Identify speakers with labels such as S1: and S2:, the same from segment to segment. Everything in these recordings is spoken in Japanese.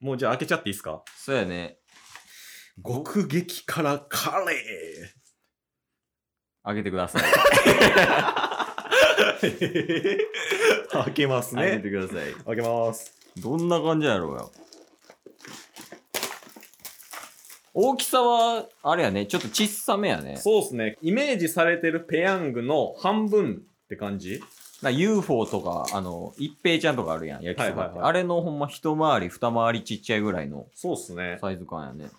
S1: もうじゃあ開けちゃっていいですか
S2: そうやね。
S1: 極激辛カレ
S2: あげてください。
S1: ー 開けます
S2: あげ
S1: ね。
S2: てください。
S1: 開けます。
S2: どんな感じやろうよ。大きさは、あれやね、ちょっと小さめやね。
S1: そうですね。イメージされてるペヤングの半分って感じ
S2: な UFO とか、あの、一平ちゃんとかあるやん、焼きそばって。
S1: はいはいはい
S2: あれのほんま一回り、二回りちっちゃいぐらいの
S1: そうですね。
S2: サイズ感やね。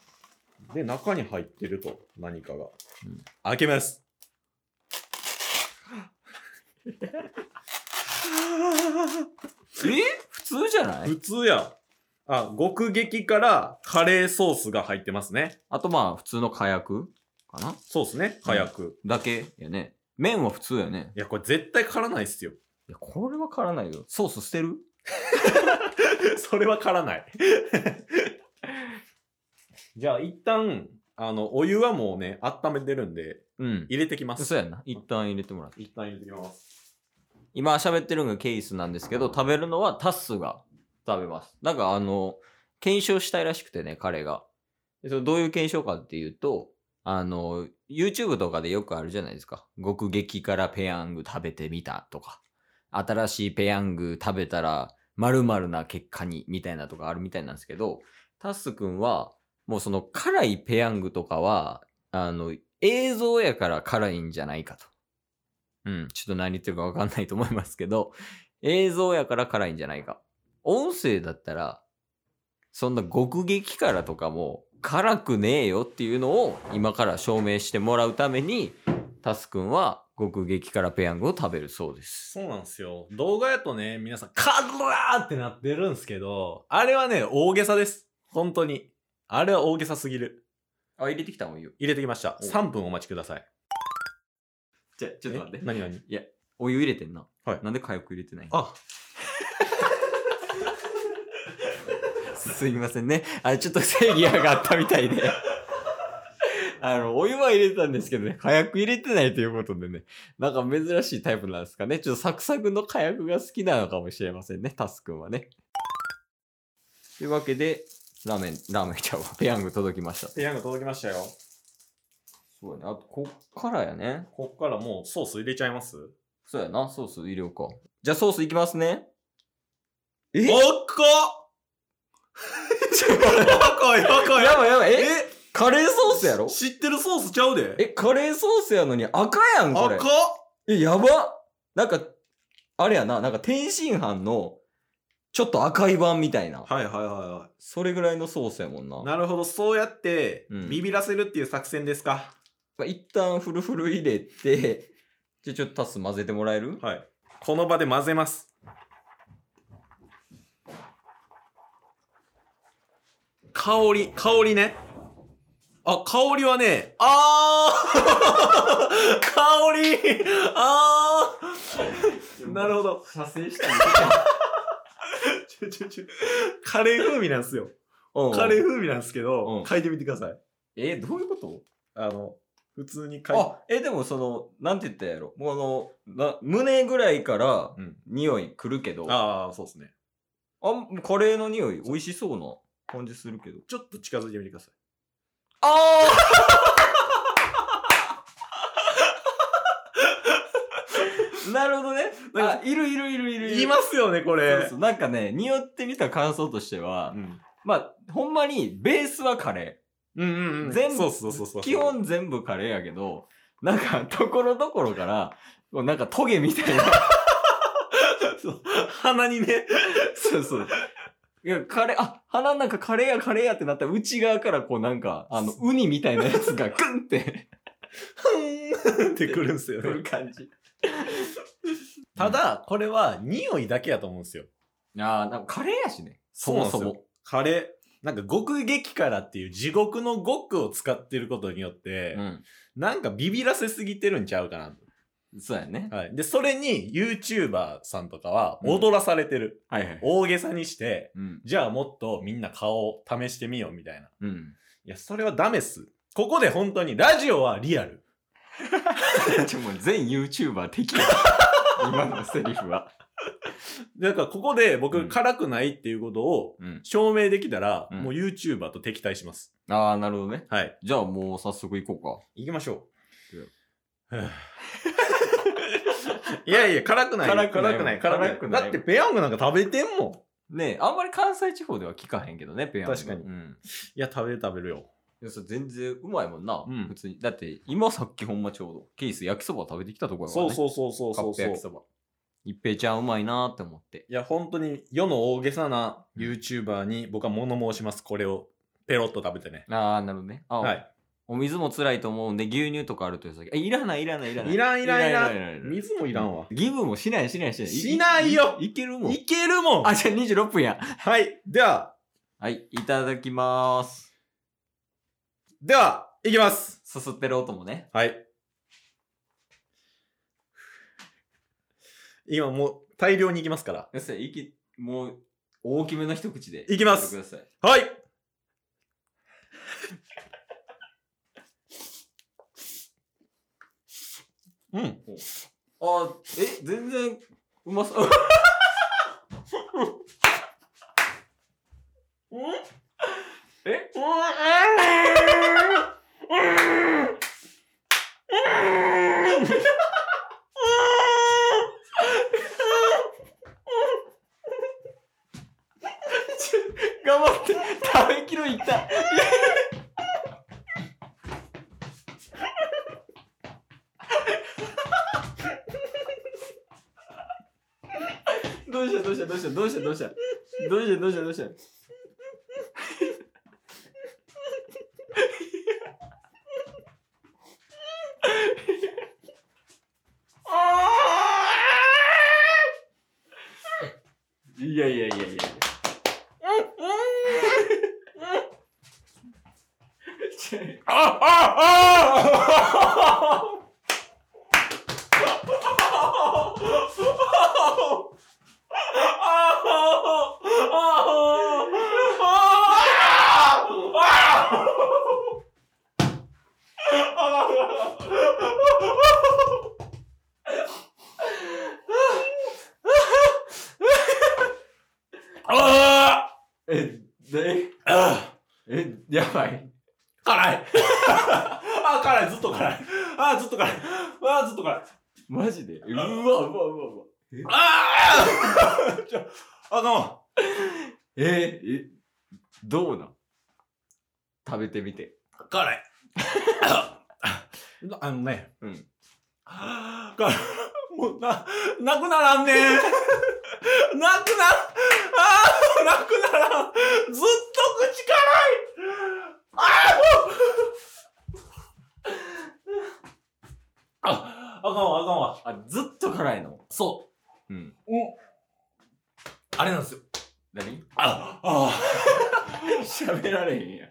S1: で、中に入ってると、何かが。
S2: うん
S1: 開けます。
S2: え普通じゃない
S1: 普通や。あ、極激辛カレーソースが入ってますね。
S2: あとまあ、普通の火薬かな
S1: そうですね。火薬。
S2: だけやね。麺は普通やね。
S1: いや、これ絶対辛ないっすよ。
S2: いや、これはからないよ。ソース捨てる
S1: それはからない。じゃあ、一旦、あの、お湯はもうね、温めてるんで、
S2: うん。
S1: 入れてきます。
S2: そうやんな。一旦入れてもらって。
S1: 一旦入れてきます。
S2: 今喋ってるのがケイスなんですけど、食べるのはタッスが食べます。なんかあの、検証したいらしくてね、彼が。でそれどういう検証かっていうと、あの、YouTube とかでよくあるじゃないですか。極激辛ペヤング食べてみたとか、新しいペヤング食べたら〇〇な結果にみたいなとかあるみたいなんですけど、タッスくんは、もうその辛いペヤングとかは、あの、映像やから辛いんじゃないかと。うん、ちょっと何言ってるか分かんないと思いますけど、映像やから辛いんじゃないか。音声だったら、そんな極激辛とかも辛くねえよっていうのを今から証明してもらうために、タスくんは極激辛ペヤングを食べるそうです。
S1: そうなんですよ。動画やとね、皆さん、カラーってなってるんですけど、あれはね、大げさです。本当に。あれは大げさすぎる。
S2: あ、入れてきたもんよ。
S1: 入れてきました。
S2: お
S1: 3分お待ちください。
S2: じゃ、ちょっと待っ
S1: え
S2: て。
S1: 何何
S2: お湯入れてんな。
S1: はい
S2: なんで火薬入れてない
S1: あ、
S2: すいませんね。あれ、ちょっと正義上がったみたいで。 あの、お湯は入れてたんですけどね、火薬入れてないということでね、なんか珍しいタイプなんですかね。ちょっとサクサクの火薬が好きなのかもしれませんね、タスくんはね。というわけで、ラーメン、ラーメンちゃうわ。 ペヤング届きました。
S1: ペヤング届きましたよ。
S2: そうやね。あと、こっからやね。
S1: こっからもうソース入れちゃいます
S2: そうやな、ソース入れようか。じゃあソースいきますね。え
S1: おっこやばいやばい
S2: やばいやばい。え
S1: え
S2: カレーソースやろ
S1: 知ってるソースちゃうで。
S2: え、カレーソースやのに赤やん、これ。
S1: 赤
S2: え、やばなんか、あれやな、なんか天津飯の、ちょっと赤い版みたいな。
S1: はいはいはいは
S2: それぐらいのソースやもんな。
S1: い。なるほど、そうやって、
S2: うん
S1: ビビらせるっていう作戦ですか。
S2: まあ、一旦フルフル入れて、じゃあちょっとタス混ぜてもらえる
S1: はい。この場で混ぜます。香り、香りね。あ、香りはね、あー 香りあーなるほど。
S2: 射精 した
S1: ちょちょちょ。カレー風味なんですよ。
S2: の
S1: カレー風味なんですけ
S2: う
S1: ど
S2: ん、
S1: 書いてみてください。
S2: え、どういうこと
S1: あの、普通に書いて。
S2: あ、え、でもその、なんて言ったらやろ。もうあの、な胸ぐらいから
S1: うん
S2: 匂い来るけど、あ
S1: ああ、そうですね。
S2: カレーの匂い美味しそうな感じするけど。
S1: ちょっと近づいてみてください。
S2: ああ なるほどね。
S1: なん
S2: あ、いるいるいるいるる。
S1: いますよね、こ
S2: そう
S1: れ
S2: そう。なんかね、匂ってみた感想としては、
S1: うん
S2: まあ、ほんまにベースはカレ
S1: うんうん
S2: ー。
S1: うん。
S2: 全部、
S1: そうそうそうそう。
S2: 基本全部カレーやけど、なんか、ところどころから、こうなんかトゲみたいな。
S1: 鼻にね、
S2: そうそう。いや、カレー、あ、鼻の中カレーやカレーやってなったら、内側からこうなんか、あの、ウニみたいなやつがグンって
S1: ふんってくるんですよ
S2: く
S1: ね
S2: る。感じ。
S1: ただ、これは匂いだけやと思うんですよ。
S2: ああ、なんかカレーやしね。そ
S1: そうな
S2: も
S1: んです
S2: そ
S1: よ
S2: も。
S1: カレー。なんか極激辛っていう地獄の極を使ってることによって、なんかビビらせすぎてるんちゃうかな。
S2: うん。そうやね。
S1: はい。で、それに YouTuber さんとかは
S2: うん
S1: 踊らされてる。
S2: はいはい。
S1: 大げさにして、
S2: うん。
S1: じゃあもっとみんな顔を試してみようみたいな。
S2: うん。
S1: いや、それはダメっす。ここで本当に、ラジオはリアル。
S2: ちょ、もう全 YouTuber 敵や。今のセリフは。
S1: なんかここで
S2: う
S1: 僕
S2: ん
S1: 辛くないっていうことを
S2: うん。
S1: 証明できたら、
S2: うん
S1: もう YouTuber と敵対します。
S2: ああ、なるほどね。
S1: はい。
S2: じゃあもう早速行こ
S1: 行きましょう。はあ いやいや、辛くない。
S2: 辛くな
S1: 辛
S2: い
S1: くない。辛くない
S2: 辛くない
S1: だって、ペヤングなんか食べてんもん。
S2: う。ねえあんまり関西地方では聞かへんけどね、ペヤング。
S1: 確かに
S2: うん。
S1: いや、食べる食べるよ。
S2: いや、それ全然うまいもんな。
S1: うん
S2: 普通に。だって、今さっきほんまちょうど、ケース焼きそば食べてきたところ
S1: そう
S2: う
S1: そうそうそうそう
S2: カップ
S1: そう。
S2: 焼きそば。一平ちゃんうまいなーって思って。
S1: いや、本当に世の大げさな YouTuber に僕は物申します。これをペロッと食べてね。
S2: ああ、なるほどね。あ、
S1: はい。
S2: お水も辛いと思うんで、牛乳とかあるというさえ、いらない、いらない、いらない。
S1: いらんいらんいらん
S2: らん
S1: 水もいらんわ。
S2: ギブもしない、しない、しない。
S1: しないよ
S2: いいけるもん。
S1: いけるもん
S2: あ、じゃあ26分や。
S1: はい。では、
S2: はい、いただきまーす。
S1: では、いきます。
S2: すすってる音もね。
S1: はい。今もう大量にいきますから。
S2: 要するに、息、もう、大きめの一口で。
S1: いきます
S2: やってください。
S1: はいうん。
S2: あ、え、全然、うまそう。え頑張って、食べきろいった。どうしたどうしたどうしたどうしたどうしたどうしたどうしたどうしたいやいやいやいやいや。
S1: ああああ
S2: え、で、
S1: あ
S2: え、やばい。
S1: 辛いあ、辛い、ずっと辛い。あ、ずっと辛い。あ、ずっと辛い。
S2: マジでうわうわうわうわうわ。
S1: あーちょあかんわ。
S2: えー、え、どうなん食べてみて。
S1: 辛い。あのね。
S2: うん。
S1: 辛い。 もう、な、なくならんね ん。なくな、あーなくならん。ずっと口辛い。あーもうあ、あかんわ、あかんわ。
S2: あ、ずっと辛いの
S1: そ
S2: うん。
S1: う。うん。あれなんですよ。
S2: 何
S1: あ、あ
S2: 喋られへんや。
S1: ー、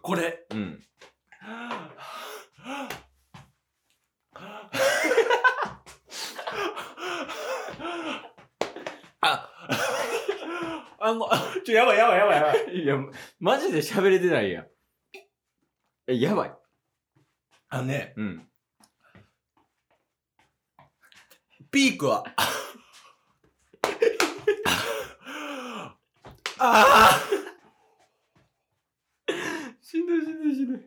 S1: これ。
S2: うん。
S1: あ、あの、ちょ、やばいやばいやばいやばい。
S2: いや、マジで喋れてないやん。え、やばい。
S1: あのね、
S2: うん。
S1: ピークは。あ
S2: しんどいしんどいしんどい。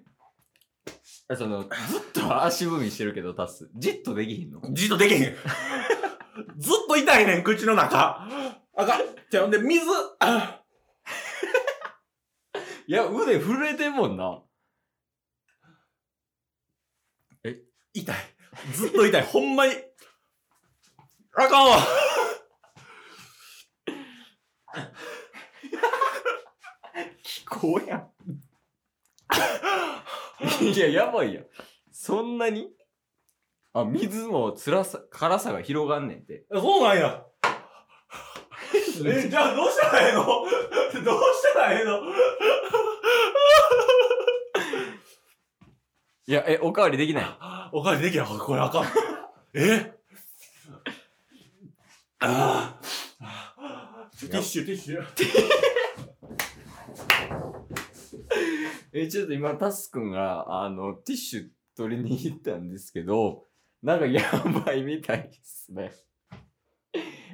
S2: え、その、ずっと足踏みしてるけど、タス。じっとできひんの
S1: あじっとできへん。ずっと痛いねん、口の中。あかん。じゃあ、ほんで、水。あ
S2: いや、腕震えてんもんな。
S1: 痛い。ずっと痛い。ほんまに。あかんわ。
S2: 気候やん。 いや、やばいやん。そんなにあ、水も辛さ、辛さが広がんねんって。
S1: そうなんや。え、じゃあどうしたらええのどうしたらええの
S2: いや、え、おかわりできない。
S1: おかわりできない。これあかん。えああ。ちょティッシュ、ティッシュ。
S2: え、ちょっと今、タスくんが、あの、ティッシュ取りに行ったんですけど、なんかやばいみたいですね。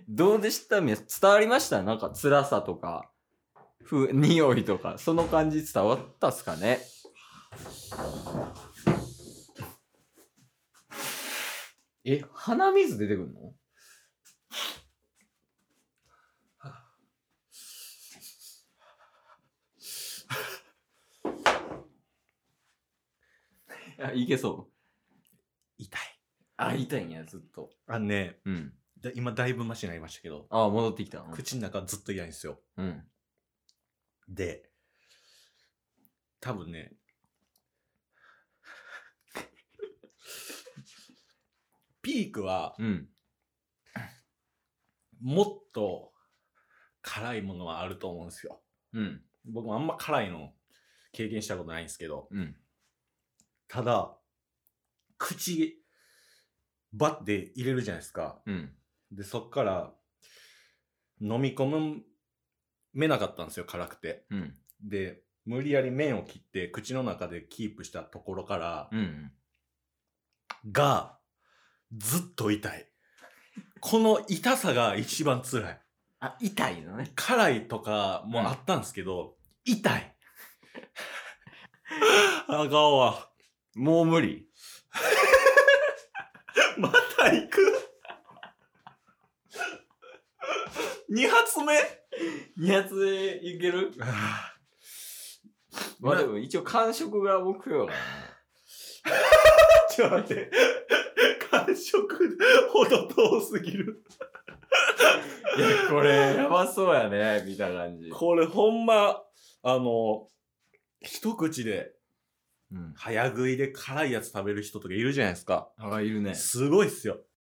S2: どうでしたみ伝わりましたなんか辛さとか、ふ、匂いとか、その感じ伝わったっすかねえ、鼻水出てくんのいや、いけそう。
S1: 痛い。
S2: あ、痛いんや、ずっと。
S1: あのね、
S2: うん。
S1: だ今だいぶマシになりましたけど、
S2: あ、戻ってきた。
S1: 口の中ずっと痛いんですよ。
S2: うん。
S1: で、多分ね、ピークは
S2: うん。
S1: もっと辛いものはあると思うんですよ。
S2: うん。
S1: 僕もあんま辛いの経験したことないんですけど、
S2: うん。
S1: ただ、口、バッて入れるじゃないですか。
S2: うん。
S1: で、そっから飲み込めなかったんですよ、辛くて。
S2: うん。
S1: で、無理やり麺を切って口の中でキープしたところから、
S2: うん。
S1: が、ずっと痛い。この痛さが一番辛い。
S2: あ、痛いのね。
S1: 辛いとかもあったんですけど、痛い。あがおは。
S2: もう無理。
S1: また行く ?2 発目
S2: 2発でいけるまあでも一応感触が目標やか
S1: ちょっと待って。感触ほど遠すぎる。
S2: らね。いや、これ、やばそうやね、見た感じ。
S1: これほんま、あの、一口で、
S2: うん。
S1: 早食いで辛いやつ食べる人とかいるじゃないですか。
S2: あ、いるね
S1: すごいっすよ。